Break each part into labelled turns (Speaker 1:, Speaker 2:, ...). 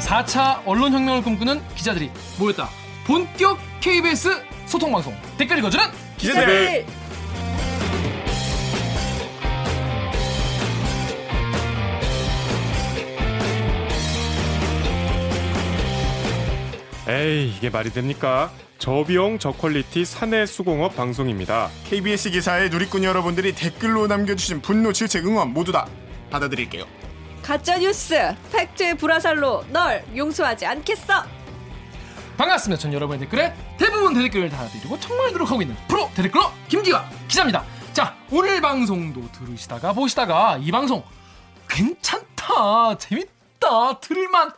Speaker 1: 4차 언론혁명을 꿈꾸는 기자들이 모였다. 본격 KBS 소통방송 댓글 읽어주는 네.
Speaker 2: 기자들.
Speaker 3: 네.
Speaker 4: 에이 이게 말이 됩니까? 저비용 저퀄리티 사내 수공업 방송입니다.
Speaker 2: KBS 기사에 누리꾼 여러분들이 댓글로 남겨주신 분노, 질책, 응원 모두 다 받아드릴게요.
Speaker 3: 가짜 뉴스 팩트의 불화살로 널 용서하지 않겠어.
Speaker 1: 반갑습니다. 전 여러분의 댓글에 대부분 대댓글을 달아드리고 정말 노력하고 있는 프로 대댓글러 김기화 기자입니다. 자 오늘 방송도 들으시다가 보시다가 이 방송 괜찮다 재밌다 들을만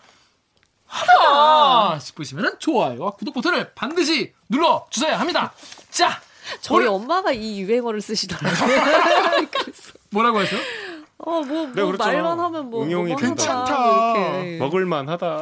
Speaker 1: 하다 싶으시면 좋아요와 구독 버튼을 반드시 눌러 주셔야 합니다. 자
Speaker 3: 저희
Speaker 1: 오늘-
Speaker 3: 엄마가 이 유행어를 쓰시더라고요. 그래서
Speaker 1: 뭐라고 하세요?
Speaker 3: 어뭐
Speaker 4: 네,
Speaker 3: 뭐
Speaker 4: 그렇죠.
Speaker 3: 말만 하면 뭐
Speaker 4: 응용이
Speaker 3: 뭐
Speaker 4: 된다. 뭐
Speaker 3: 한다,
Speaker 2: 음.
Speaker 3: 이렇게.
Speaker 4: 먹을만하다.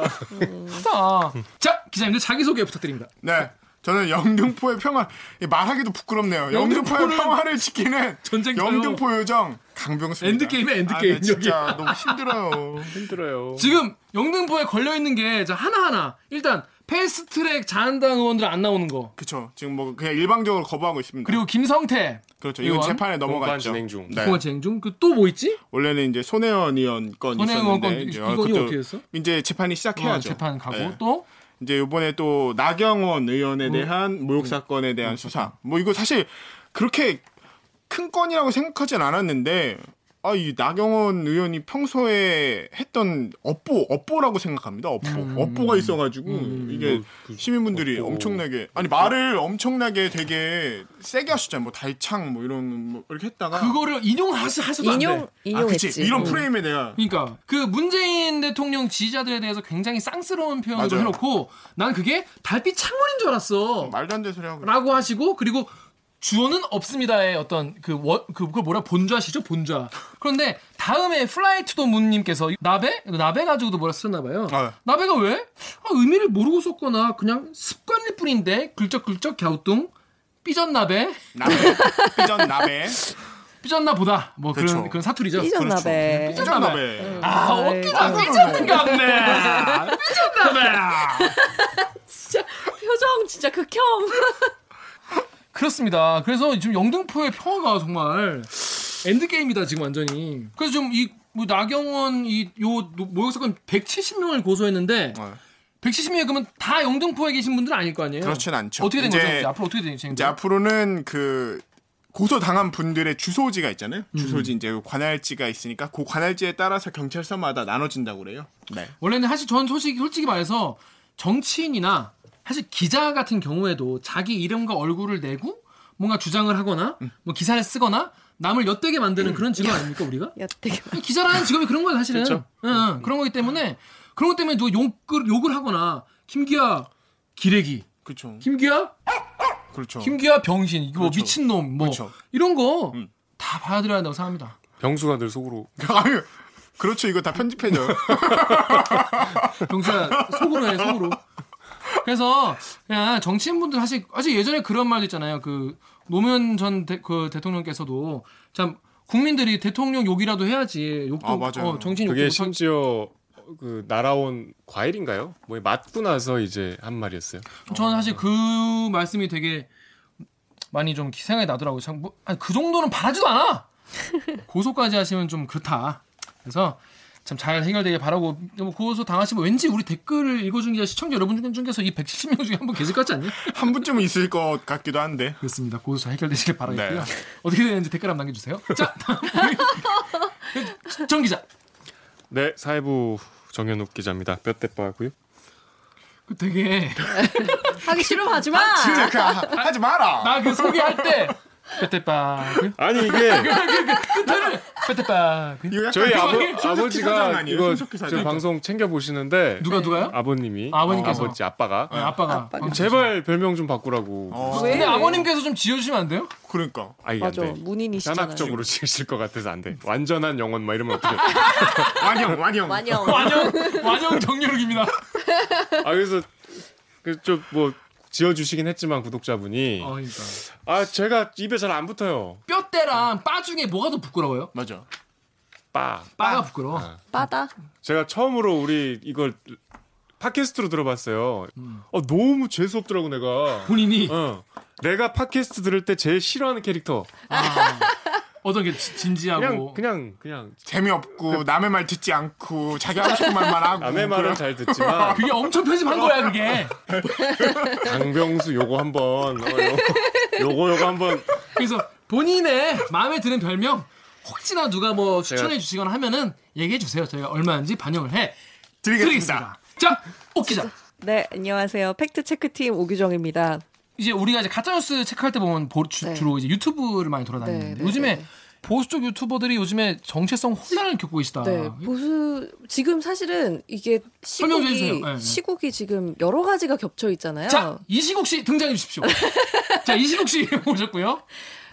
Speaker 1: 하다. 자 기자님들 자기 소개 부탁드립니다.
Speaker 2: 네. 저는 영등포의 평화, 말하기도 부끄럽네요.
Speaker 1: 영등포는
Speaker 2: 영등포의 평화를 지키는
Speaker 1: 전쟁터요.
Speaker 2: 영등포 요정 강병수입니다.
Speaker 1: 엔드게임이야,
Speaker 2: 아,
Speaker 1: 엔드게임,
Speaker 2: 네, 진짜 너무 힘들어요.
Speaker 4: 힘들어요.
Speaker 1: 지금 영등포에 걸려 있는 게 자, 하나하나 일단 패스트트랙 자한당 의원들 안 나오는 거
Speaker 2: 그쵸. 지금 뭐 그냥 일방적으로 거부하고 있습니다.
Speaker 1: 그리고 김성태
Speaker 2: 그렇죠. 이건
Speaker 1: 의원?
Speaker 2: 재판에
Speaker 4: 공판
Speaker 2: 넘어갔죠.
Speaker 4: 진행 중.
Speaker 2: 네.
Speaker 1: 공화 진행 중그 또 뭐 있지?
Speaker 2: 원래는 이제 손혜원 의원 건
Speaker 1: 손혜원 의원 건
Speaker 2: 있었는데 이제
Speaker 1: 이거- 이거
Speaker 2: 그것도
Speaker 1: 어떻게 됐어?
Speaker 2: 이제 재판이
Speaker 1: 어,
Speaker 2: 시작해야죠.
Speaker 1: 재판 가고
Speaker 2: 네.
Speaker 1: 또
Speaker 2: 이제 이번에 또 나경원 의원에 대한 모욕 사건에 대한 수사. 뭐 이거 사실 그렇게 큰 건이라고 생각하진 않았는데 아 이 나경원 의원이 평소에 했던 업보 업보라고 생각합니다. 업보 업보가 있어가지고 이게
Speaker 4: 뭐, 그
Speaker 2: 시민분들이
Speaker 4: 업보.
Speaker 2: 엄청나게 아니 말을 엄청나게 되게 세게 하시잖아요. 뭐 달창 뭐 이런 뭐 이렇게 했다가
Speaker 1: 그거를 인용하셔도 안
Speaker 3: 네. 인용
Speaker 1: 돼.
Speaker 2: 아 그치
Speaker 3: 인용했지.
Speaker 2: 이런
Speaker 3: 음.
Speaker 2: 프레임에 내가
Speaker 1: 그러니까 그 문재인 대통령 지지자들에 대해서 굉장히 쌍스러운 표현을
Speaker 2: 맞아요.
Speaker 1: 해놓고 난 그게 달빛 창문인 줄 알았어.
Speaker 2: 말도 안 되는 소리 하고
Speaker 1: 라고 하시고 그리고 주어는 없습니다의 어떤 그 원, 그 그걸 뭐라 본좌시죠 본좌. 그런데 다음에 플라이 투더 문님께서 나베 나베 가지고도 뭐라 쓰셨나 봐요.
Speaker 2: 아.
Speaker 1: 나베가 왜 아, 의미를 모르고 썼거나 그냥 습관일 뿐인데 긁적긁적 갸우뚱 삐졌나베
Speaker 2: 나베 삐전 나베
Speaker 1: 삐졌나 보다 뭐 그런
Speaker 2: 그쵸.
Speaker 1: 그런 사투리죠.
Speaker 3: 삐졌나
Speaker 2: 그렇죠.
Speaker 3: 배.
Speaker 2: 삐전 나베
Speaker 1: 아
Speaker 3: 아이.
Speaker 1: 어깨가 삐졌는가 보네. 삐졌나베.
Speaker 3: 진짜 표정 진짜 극혐.
Speaker 1: 그렇습니다. 그래서 지금 영등포의 평화가 정말 엔드게임이다 지금 완전히. 그래서 지금 이뭐 나경원 이요 모욕 사건 170명을 고소했는데
Speaker 2: 어.
Speaker 1: 170명이 그러면 다 영등포에 계신 분들은 아닐 거 아니에요?
Speaker 2: 그렇진 않죠.
Speaker 1: 어떻게 된
Speaker 2: 이제-
Speaker 1: 거죠? 앞으로 어떻게 되는
Speaker 2: 이제
Speaker 1: 거죠?
Speaker 2: 앞으로는 그 고소 당한 분들의 주소지가 있잖아요.
Speaker 4: 음.
Speaker 2: 주소지 이제 관할지가 있으니까 그 관할지에 따라서 경찰서마다 나눠진다고 그래요. 네.
Speaker 1: 원래는 사실 전 솔직히, 솔직히 말해서 정치인이나 사실 기자 같은 경우에도 자기 이름과 얼굴을 내고 뭔가 주장을 하거나
Speaker 2: 음.
Speaker 1: 뭐 기사를 쓰거나 남을 엿되게 만드는 그런 직업 아닙니까 우리가?
Speaker 3: 야 되게
Speaker 1: 기자라는 직업이 그런 거야 사실은.
Speaker 4: 그쵸.
Speaker 1: 응, 응, 그런 거기 때문에 그런 것 때문에 누가 욕을, 욕을 하거나 김기아 기레기,
Speaker 2: 그렇죠.
Speaker 1: 김기아
Speaker 2: 그렇죠.
Speaker 1: 김기아 병신, 이거 뭐
Speaker 2: 그렇죠.
Speaker 1: 미친 놈, 뭐
Speaker 2: 그렇죠.
Speaker 1: 이런 거 다
Speaker 2: 음.
Speaker 1: 봐드려야 한다고 생각합니다.
Speaker 4: 병수가 늘 속으로
Speaker 2: 아유. 그렇죠. 이거 다 편집해줘.
Speaker 1: 병수야 속으로 해 속으로. 그래서 그냥 정치인분들 사실 아직 예전에 그런 말도 있잖아요. 그 노무현 전 대, 그 대통령께서도 참 국민들이 대통령 욕이라도 해야지 욕도
Speaker 2: 아, 맞아요.
Speaker 1: 어, 정치인 욕도
Speaker 4: 그게
Speaker 1: 못하고
Speaker 4: 심지어 그 날아온 과일인가요? 뭐 맞고 나서 이제 한 말이었어요.
Speaker 1: 저는 사실 그 말씀이 되게 많이 좀 생각이 나더라고요. 참, 뭐, 아니, 그 정도는 바라지도 않아! 고소까지 하시면 좀 그렇다. 그래서 참 잘 해결되길 바라고, 뭐 고소 당하시면 왠지 우리 댓글을 읽어준 기자 시청자 여러분 중- 중에서 이 170명 중에 한 분 계실 것 같지 않니?
Speaker 2: 한 분쯤은 있을 것 같기도 한데.
Speaker 1: 그렇습니다. 고소 잘 해결되시길 바라겠고요.
Speaker 2: 네.
Speaker 1: 어떻게 되는지 댓글 한번 남겨주세요. 자, 다음. 우리 정 기자.
Speaker 4: 네 사회부 정현욱 기자입니다. 몇 대 빠고요.
Speaker 1: 그 되게,
Speaker 3: 하기 싫으면 하지 마.
Speaker 4: 아.
Speaker 2: 진짜 그, 하- 하지 마라.
Speaker 1: 나 그 소개할 때, 그, 빼떼빠,
Speaker 4: 아니 이게
Speaker 1: 빼떼빠.
Speaker 2: 이거 약간
Speaker 4: 저희
Speaker 2: 그
Speaker 4: 아버,
Speaker 2: 손석희 사장
Speaker 4: 아버지가
Speaker 2: 아니에요?
Speaker 4: 이거
Speaker 2: 손석희 사장.
Speaker 4: 저 방송 챙겨 보시는데
Speaker 1: 누가 누가요?
Speaker 4: 아버님이 어,
Speaker 1: 아버님께서.
Speaker 4: 아버지 네. 아빠가
Speaker 1: 아, 아빠가.
Speaker 3: 아빠가.
Speaker 1: 어,
Speaker 4: 제발 별명 좀 바꾸라고.
Speaker 2: 어,
Speaker 3: 왜?
Speaker 1: 근데 아버님께서 좀 지어주시면 안 돼요?
Speaker 2: 그러니까.
Speaker 4: 아이 안
Speaker 3: 맞아
Speaker 4: 돼.
Speaker 3: 문인이시잖아요.
Speaker 4: 현학적으로 지으실 것 같아서 안 돼. 완전한 영혼 막 이러면 어떡해. 아,
Speaker 2: 완영, 완영.
Speaker 3: 완영.
Speaker 1: 완영 완영 정렬욱입니다.
Speaker 4: 아 그래서 좀 뭐 지어주시긴 했지만 구독자분이
Speaker 1: 그러니까.
Speaker 4: 아 제가 입에 잘 안 붙어요.
Speaker 1: 뼈대랑 빠 중에 뭐가 더 부끄러워요?
Speaker 2: 맞아.
Speaker 4: 빠.
Speaker 1: 빠가 부끄러워.
Speaker 3: 빠다.
Speaker 4: 제가 처음으로 우리 이걸 팟캐스트로 들어봤어요.
Speaker 1: 음.
Speaker 4: 어, 너무 재수 없더라고 내가.
Speaker 1: 본인이
Speaker 4: 어. 내가 팟캐스트 들을 때 제일 싫어하는 캐릭터.
Speaker 1: 아, 어떤 게 진-
Speaker 4: 그냥
Speaker 1: 진지하고
Speaker 4: 그냥 그냥
Speaker 2: 재미없고 남의 말 듣지 않고 자기 하고 싶은 말만
Speaker 1: 아,
Speaker 2: 하고
Speaker 4: 남의 말은 잘 듣지만
Speaker 1: 그게 엄청 편집한 거야 그게.
Speaker 4: 강병수 요거 한번 어, 요거, 요거 요거 한번
Speaker 1: 그래서 본인의 마음에 드는 별명 혹시나 누가 뭐 추천해
Speaker 4: 제가-
Speaker 1: 주시거나 하면은 얘기해 주세요. 저희가 얼마인지 반영을 해
Speaker 2: 드리겠습니다.
Speaker 1: 드리겠습니다. 자, 옥기자.
Speaker 3: 네, 안녕하세요. 팩트 체크팀 오규정입니다.
Speaker 1: 이제 우리가 이제 가짜뉴스 체크할 때 보면 보- 주,
Speaker 3: 네.
Speaker 1: 로 이제 유튜브를 많이 돌아다니는데
Speaker 3: 네, 네,
Speaker 1: 요즘에
Speaker 3: 네.
Speaker 1: 보수 쪽 유튜버들이 요즘에 정체성 혼란을 겪고 계시다.
Speaker 3: 네, 보수 지금 사실은 이게
Speaker 1: 아. 설명 좀 해주세요.
Speaker 3: 시국이
Speaker 1: 네, 네.
Speaker 3: 시국이 지금 여러 가지가 겹쳐 있잖아요.
Speaker 1: 자, 이시국 씨 등장해 주십시오. 자, 이시국 씨 오셨고요.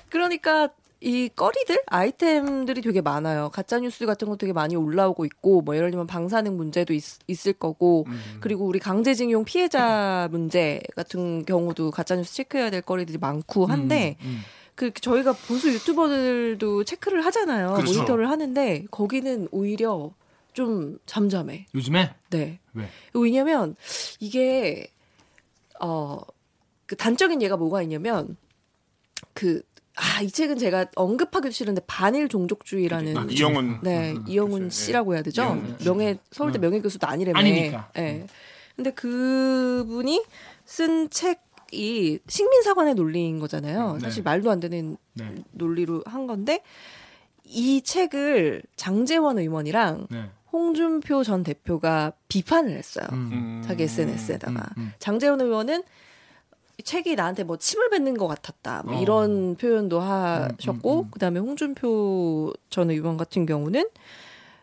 Speaker 3: 그러니까 이 꺼리들 아이템들이 되게 많아요. 가짜 뉴스 같은 거 되게 많이 올라오고 있고 뭐 예를 들면 방사능 문제도 있, 을 거고
Speaker 1: 음.
Speaker 3: 그리고 우리 강제징용 피해자 문제 같은 경우도 가짜 뉴스 체크해야 될 거리들이 많고 한데
Speaker 1: 음,
Speaker 3: 그 저희가 보수 유튜버들도 체크를 하잖아요.
Speaker 2: 그렇죠.
Speaker 3: 모니터를 하는데 거기는 오히려 좀 잠잠해.
Speaker 1: 요즘에
Speaker 3: 네.
Speaker 1: 왜?
Speaker 3: 왜냐면 이게 어그 단적인 예가 뭐가 있냐면 그 아 이 책은 제가 언급하기 싫은데 반일 종족주의라는
Speaker 2: 아, 이영훈
Speaker 3: 네
Speaker 2: 음,
Speaker 3: 이영훈
Speaker 2: 글쎄, 예.
Speaker 3: 씨라고 해야 되죠
Speaker 2: 이영훈
Speaker 1: 씨.
Speaker 3: 명예 서울대
Speaker 1: 음.
Speaker 3: 명예 교수도 아니라며
Speaker 1: 아니니까.
Speaker 3: 네. 근데 그분이 쓴 책이 식민 사관의 논리인 거잖아요
Speaker 1: 네.
Speaker 3: 사실 말도 안 되는
Speaker 1: 네.
Speaker 3: 논리로 한 건데 이 책을 장재원 의원이랑
Speaker 1: 네.
Speaker 3: 홍준표 전 대표가 비판을 했어요.
Speaker 1: 음.
Speaker 2: 음.
Speaker 3: 자기 SNS에다가
Speaker 1: 음, 음.
Speaker 3: 장재훈 의원은 이 책이 나한테 뭐 침을 뱉는 것 같았다 뭐
Speaker 1: 어.
Speaker 3: 이런 표현도
Speaker 1: 음,
Speaker 3: 하셨고
Speaker 1: 음.
Speaker 3: 그다음에 홍준표 전 의원 같은 경우는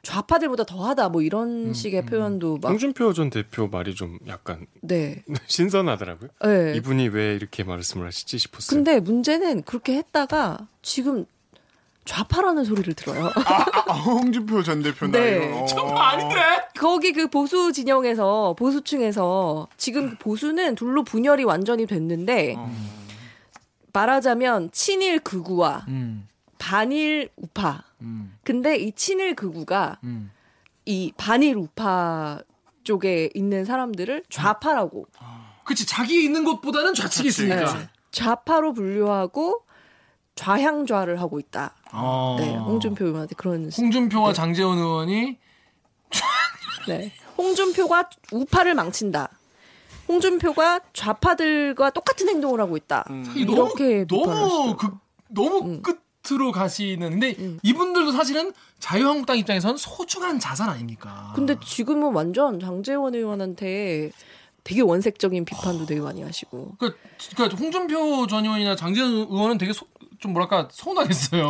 Speaker 3: 좌파들보다 더하다 뭐 이런
Speaker 1: 음,
Speaker 3: 식의
Speaker 1: 음.
Speaker 3: 표현도 막
Speaker 4: 홍준표 전 대표 말이 좀 약간
Speaker 3: 네.
Speaker 4: 신선하더라고요.
Speaker 3: 네.
Speaker 4: 이분이 왜 이렇게 말씀을 하시지 싶었어요.
Speaker 3: 근데 문제는 그렇게 했다가 지금 좌파라는 소리를 들어요.
Speaker 2: 아, 홍준표 전 대표나
Speaker 3: 네.
Speaker 2: 이런. 어.
Speaker 1: 정말 아닌데.
Speaker 3: 거기 그 보수 진영에서 보수층에서 지금
Speaker 1: 음.
Speaker 3: 그 보수는 둘로 분열이 완전히 됐는데
Speaker 2: 어.
Speaker 3: 말하자면 친일 극우와
Speaker 1: 음.
Speaker 3: 반일 우파.
Speaker 1: 음.
Speaker 3: 근데 이 친일 극우가
Speaker 1: 음.
Speaker 3: 이 반일 우파 쪽에 있는 사람들을 좌파라고
Speaker 1: 그치 자기 있는 곳보다는 좌측이
Speaker 2: 그치.
Speaker 1: 있으니까.
Speaker 3: 네. 좌파로 분류하고 좌향좌를 하고 있다.
Speaker 1: 어.
Speaker 3: 네, 홍준표 네. 의원한테 그런 시-
Speaker 1: 홍준표와 장재원 의원이
Speaker 3: 네. 홍준표가 우파를 망친다. 홍준표가 좌파들과 똑같은 행동을 하고 있다.
Speaker 1: 이
Speaker 2: 음.
Speaker 1: 너무-
Speaker 3: 이렇게
Speaker 1: 너무
Speaker 3: 비판했어요.
Speaker 1: 극 너무
Speaker 3: 음.
Speaker 1: 끝으로 가시는. 근데
Speaker 3: 음.
Speaker 1: 이분들도 사실은 자유한국당 입장에선 소중한 자산 아닙니까?
Speaker 3: 근데 지금은 완전 장재원 의원한테 되게 원색적인 비판도 되게 많이 하시고
Speaker 1: 그러니까, 그러니까 홍준표 전 의원이나 장재현 의원은 되게 소- 좀 뭐랄까 서운하겠어요.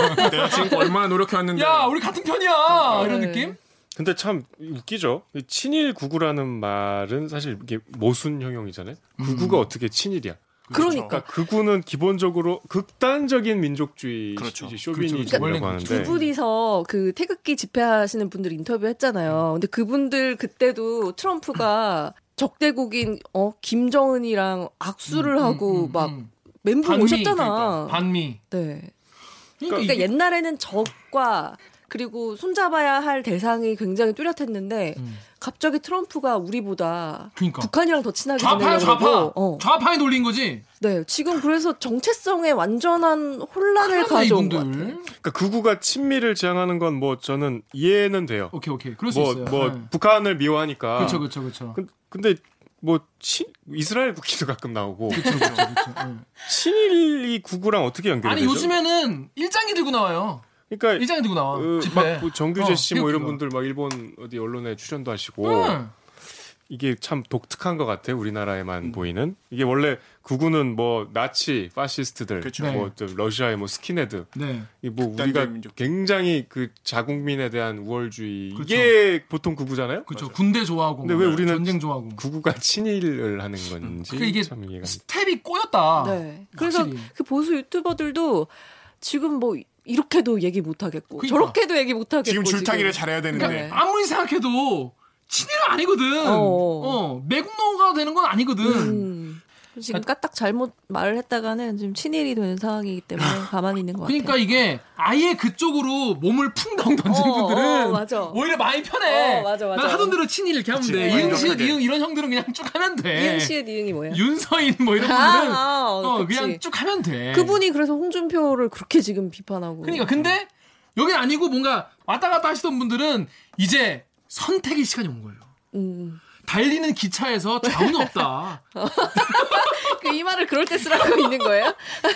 Speaker 2: 내가 아, 지금 얼마나 노력해왔는데.
Speaker 1: 야, 우리 같은 편이야 이런
Speaker 3: 네.
Speaker 1: 느낌.
Speaker 4: 근데 참 웃기죠. 이 친일 구구라는 말은 사실 이게 모순 형용이잖아요.
Speaker 1: 음.
Speaker 4: 구구가 어떻게 친일이야?
Speaker 1: 그렇죠.
Speaker 3: 그러니까
Speaker 4: 그러니까 극우는 기본적으로 극단적인 민족주의,
Speaker 2: 그렇죠.
Speaker 1: 그렇죠.
Speaker 4: 쇼- 쇼비니즘이라고
Speaker 1: 원래는
Speaker 4: 하는데
Speaker 3: 두 분이서 그 태극기 집회하시는 분들
Speaker 1: 음.
Speaker 3: 인터뷰했잖아요. 근데 그분들 그때도 트럼프가 적대국인 어 김정은이랑 악수를
Speaker 1: 음,
Speaker 3: 하고
Speaker 1: 음,
Speaker 3: 막
Speaker 1: 음.
Speaker 3: 멘붕
Speaker 1: 반미,
Speaker 3: 오셨잖아.
Speaker 1: 그러니까, 반미.
Speaker 3: 네.
Speaker 1: 그러니까,
Speaker 3: 그러니까
Speaker 1: 이게-
Speaker 3: 옛날에는 적과 그리고 손잡아야 할 대상이 굉장히 뚜렷했는데
Speaker 1: 음.
Speaker 3: 갑자기 트럼프가 우리보다
Speaker 1: 그러니까.
Speaker 3: 북한이랑 더 친하게
Speaker 1: 좌파야
Speaker 3: 지내려고
Speaker 1: 좌파.
Speaker 3: 그러고, 어.
Speaker 1: 좌파에 놀린 거지.
Speaker 3: 네. 지금 그래서 정체성에 완전한 혼란을
Speaker 1: 그러나
Speaker 3: 가져온 것 같아요.
Speaker 1: 이분들.
Speaker 4: 그러니까 극우가 친밀을 제안하는 건 뭐 저는 이해는 돼요.
Speaker 1: 오케이 오케이. 그럴 수
Speaker 4: 뭐
Speaker 1: 있어요. 네.
Speaker 4: 뭐 아. 북한을 미워하니까.
Speaker 1: 그렇죠 그렇죠 그렇죠.
Speaker 4: 근- 근데 뭐 친, 이스라엘 국기도 가끔 나오고
Speaker 1: 그렇죠 그렇죠. 예.
Speaker 4: 친일이 구구랑 어떻게 연결이
Speaker 1: 아니
Speaker 4: 되죠?
Speaker 1: 요즘에는 일장이 들고 나와요.
Speaker 4: 그러니까
Speaker 1: 일장이 들고 나와.
Speaker 4: 어,
Speaker 1: 아, 집회.
Speaker 4: 막뭐 정규재
Speaker 1: 어,
Speaker 4: 씨 뭐 이런
Speaker 1: 태극기가.
Speaker 4: 분들 막 일본 어디 언론에 출연도 하시고
Speaker 1: 응.
Speaker 4: 이게 참 독특한 것 같아 요 우리나라에만
Speaker 2: 음.
Speaker 4: 보이는 이게 원래 구구는 뭐 나치 파시스트들
Speaker 2: 그쵸.
Speaker 1: 네.
Speaker 4: 뭐좀 러시아의 뭐 스킨헤드
Speaker 1: 네.
Speaker 4: 이뭐
Speaker 2: 극단주의
Speaker 4: 우리가
Speaker 2: 민족.
Speaker 4: 굉장히 그 자국민에 대한 우월주의 이게 보통 구구잖아요
Speaker 1: 그렇죠. 군대 좋아하고.
Speaker 4: 근데 왜 우리는 그
Speaker 1: 전쟁 좋아하고.
Speaker 4: 구구가 친일을 하는 건지
Speaker 1: 그러니까 이게
Speaker 4: 참 이해가 안 돼.
Speaker 1: 스텝이 꼬였다.
Speaker 3: 네. 그래서
Speaker 1: 아, 확실히.
Speaker 3: 그 보수 유튜버들도 지금 뭐 이렇게도 얘기 못 하겠고
Speaker 1: 그러니까.
Speaker 3: 저렇게도 얘기 못 하겠고
Speaker 2: 지금 줄타기를 잘해야 되는데.
Speaker 1: 그러니까 아무리 생각해도 친일은 아니거든.
Speaker 3: 네. 어.
Speaker 1: 어, 매국노가 되는 건 아니거든.
Speaker 3: 음. 지금 까딱 잘못 말을 했다가는 지금 친일이 되는 상황이기 때문에 가만히 있는 것 같아요.
Speaker 1: 그러니까 이게 아예 그쪽으로 몸을 풍덩 던지는
Speaker 3: 어,
Speaker 1: 분들은
Speaker 3: 어, 맞아.
Speaker 1: 오히려 마음이 편해.
Speaker 3: 어, 맞아, 맞아.
Speaker 1: 난 하던 대로 친일 이렇게 하면
Speaker 2: 그치,
Speaker 1: 돼.
Speaker 2: 완전
Speaker 1: 이응, 시읒,
Speaker 2: 편하게.
Speaker 1: 이응 이런 형들은 그냥 쭉 하면 돼.
Speaker 3: 이응 씨의 이응이 뭐야?
Speaker 1: 윤서인 뭐 예. 이런 분들은
Speaker 3: 아,
Speaker 1: 어,
Speaker 3: 그치.
Speaker 1: 그냥 쭉 하면 돼.
Speaker 3: 그분이 그래서 홍준표를 그렇게 지금 비판하고.
Speaker 1: 그러니까 근데 여기 아니고 뭔가 왔다 갔다 하시던 분들은 이제 선택의 시간이 온 거예요.
Speaker 3: 음.
Speaker 1: 달리는 기차에서 좌우는 없다.
Speaker 3: 그 이 말을 그럴 때 쓰라고 있는 거예요?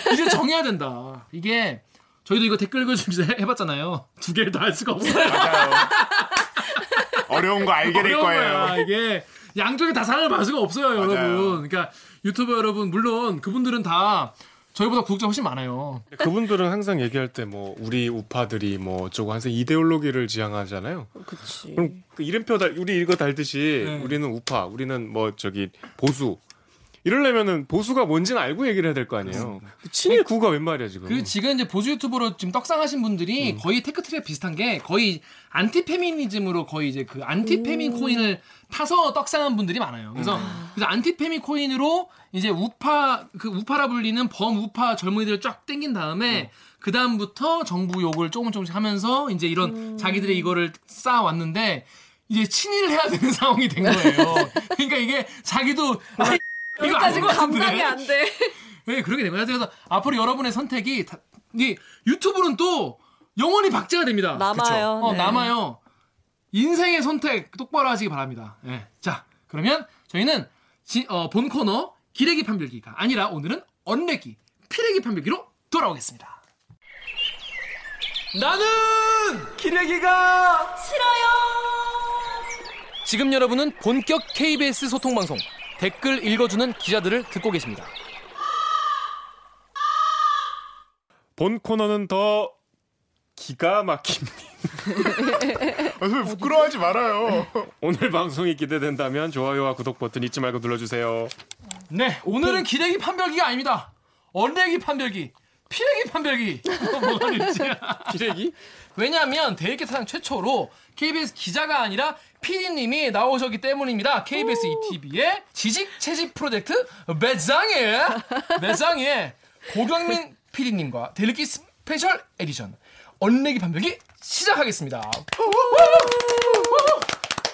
Speaker 1: 이제 정해야 된다. 이게 저희도 이거 댓글 글씨 해봤잖아요. 두 개를 다 할 수가 없어요.
Speaker 2: 맞아요. 어려운 거 알게 될
Speaker 1: 어려운
Speaker 2: 거예요.
Speaker 1: 거야, 이게 양쪽에 다 사랑을 받을 수가 없어요, 여러분. 그러니까 유튜버 여러분 물론 그분들은 다 저희보다 구독자 훨씬 많아요.
Speaker 4: 그분들은 항상 얘기할 때 뭐 우리 우파들이 뭐 어쩌고 항상 이데올로기를 지향하잖아요.
Speaker 3: 그치.
Speaker 4: 그럼 그 이름표 달 우리 이거 달듯이
Speaker 1: 네.
Speaker 4: 우리는 우파, 우리는 뭐 저기 보수. 이러려면은 보수가 뭔지는 알고 얘기를 해야 될 거 아니에요. 그 친일 구가 웬 말이야 지금.
Speaker 1: 그 지금 이제 보수 유튜버로 지금 떡상하신
Speaker 3: 음.
Speaker 1: 분들이 거의 테크트랩 비슷한 게 거의 안티 페미니즘으로 거의 이제 그 안티 페민 코인을 타서 떡상한 분들이 많아요. 그래서
Speaker 3: 음.
Speaker 1: 그래서 안티 페미 코인으로 이제 우파 그 우파라 불리는 범우파 젊은이들을 쫙 땡긴
Speaker 3: 어.
Speaker 1: 다음에 그 다음부터 정부 욕을 조금 조금씩 하면서 이제 이런
Speaker 3: 음.
Speaker 1: 자기들의 이거를 쌓아왔는데 이제 친일을 해야 되는 상황이 된 거예요. 그러니까 이게 자기도 아, 이거
Speaker 3: 그러니까
Speaker 1: 아닌
Speaker 3: 지금
Speaker 1: 것 같은데.
Speaker 3: 감당이 안 돼.
Speaker 1: 네, 그렇게 된 거예요. 그래서 앞으로 여러분의 선택이 다, 이 유튜브는 또 영원히 박제가 됩니다.
Speaker 3: 남아요.
Speaker 1: 어,
Speaker 3: 네.
Speaker 1: 남아요. 인생의 선택 똑바로 하시기 바랍니다. 예. 자, 그러면 저희는 지- 어, 본 코너 기레기 판별기가 아니라 오늘은 언레기, 피레기 판별기로 돌아오겠습니다. 나는 기레기가 싫어요. 지금 여러분은 본격 KBS 소통 방송 댓글 읽어주는 기자들을 듣고 계십니다.
Speaker 4: 본 코너는 더 기가 막힙니다.
Speaker 2: 아, 선배 부끄러워하지 말아요. 네.
Speaker 4: 오늘 방송이 기대된다면 좋아요와 구독 버튼 잊지 말고 눌러주세요.
Speaker 1: 네, 오늘은 기레기 판별기가 아닙니다. 언레기 판별기, 피레기 판별기. 또 뭐가 될지.
Speaker 4: 기레기?
Speaker 1: 왜냐하면 데이게타상 최초로 KBS 기자가 아니라 PD님이 나오셨기 때문입니다. KBS ETV의 지식 채집 프로젝트 매장에 매장에 고경민 PD님과 데일리기 스페셜 에디션 언레기 판별기 시작하겠습니다.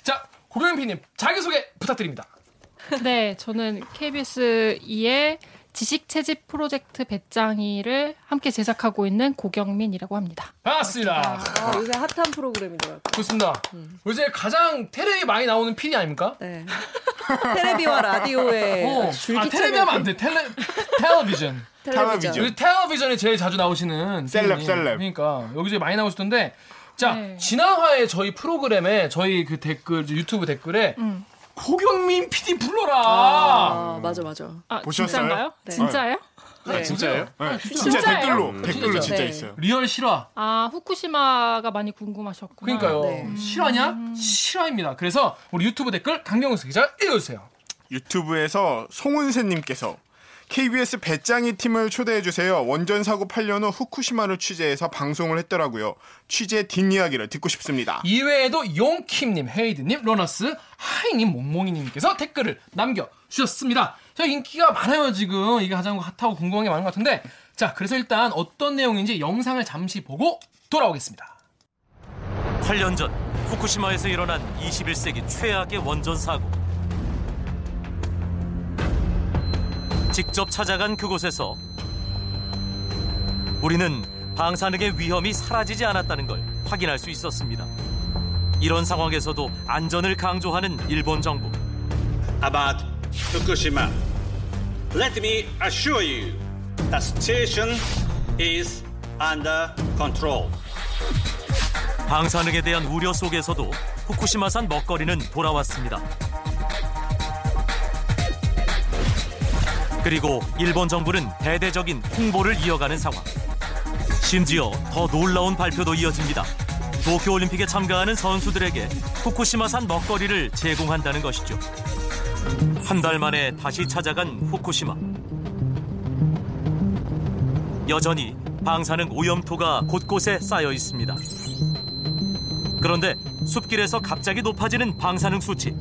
Speaker 1: 자, 고경민 PD님 자기 소개 부탁드립니다.
Speaker 5: 네, 저는 KBS 2의 지식 채집 프로젝트 배짱이를 함께 제작하고 있는 고경민이라고 합니다.
Speaker 1: 반갑습니다.
Speaker 3: 아, 요새 핫한 프로그램이더라고요.
Speaker 1: 그렇습니다. 요새 가장 테레비 많이 나오는 PD 아닙니까?
Speaker 3: 네. 테레비와 라디오에
Speaker 1: 어. 아,
Speaker 3: 네, 줄기차게
Speaker 1: 테레비 하면 안 돼. 텔레, 텔레비전.
Speaker 2: 텔레비전.
Speaker 1: 요새 텔레비전에 제일 자주 나오시는.
Speaker 2: 셀럽,
Speaker 1: PD님.
Speaker 2: 셀럽.
Speaker 1: 그러니까, 여기저기 많이 나오시던데. 자,
Speaker 5: 네.
Speaker 1: 지난화에 저희 프로그램에, 저희 그 댓글, 유튜브 댓글에,
Speaker 5: 음.
Speaker 1: 고경민 PD 불러라!
Speaker 3: 아, 맞아 맞아.
Speaker 5: 아,
Speaker 2: 보셨어요?
Speaker 5: 진짜인가요?
Speaker 3: 네.
Speaker 5: 진짜예요?
Speaker 3: 네.
Speaker 4: 진짜예요?
Speaker 2: 네, 진짜
Speaker 5: 진짜예요?
Speaker 2: 댓글로
Speaker 4: 음.
Speaker 2: 댓글로 진짜
Speaker 3: 네.
Speaker 2: 있어요.
Speaker 1: 리얼 실화.
Speaker 5: 아, 후쿠시마가 많이 궁금하셨구나.
Speaker 1: 그러니까요.
Speaker 3: 네.
Speaker 1: 실화냐? 실화입니다. 그래서 우리 유튜브 댓글 강경수 기자 읽어주세요.
Speaker 2: 유튜브에서 송은세님께서 KBS 배짱이 팀을 초대해 주세요. 원전 사고 8년 후 후쿠시마를 취재해서 방송을 했더라고요. 취재 뒷이야기를 듣고 싶습니다.
Speaker 1: 네. 이외에도 용킴님, 헤이드님, 러너스, 하이님, 몽몽이님께서 댓글을 남겨주셨습니다. 저 인기가 많아요, 지금. 이게 가장 핫하고 궁금한 게 많은 것 같은데. 자, 그래서 일단 어떤 내용인지 영상을 잠시 보고 돌아오겠습니다.
Speaker 6: 8년 전 후쿠시마에서 일어난 21세기 최악의 원전 사고. 직접 찾아간 그곳에서 우리는 방사능의 위험이 사라지지 않았다는 걸 확인할 수 있었습니다. 이런 상황에서도 안전을 강조하는 일본 정부.
Speaker 7: about Fukushima. Let me assure you, the situation is under control.
Speaker 6: 방사능에 대한 우려 속에서도 후쿠시마산 먹거리는 돌아왔습니다. 그리고 일본 정부는 대대적인 홍보를 이어가는 상황. 심지어 더 놀라운 발표도 이어집니다. 도쿄올림픽에 참가하는 선수들에게 후쿠시마산 먹거리를 제공한다는 것이죠. 한 달 만에 다시 찾아간 후쿠시마. 여전히 방사능 오염토가 곳곳에 쌓여 있습니다. 그런데 숲길에서 갑자기 높아지는 방사능 수치.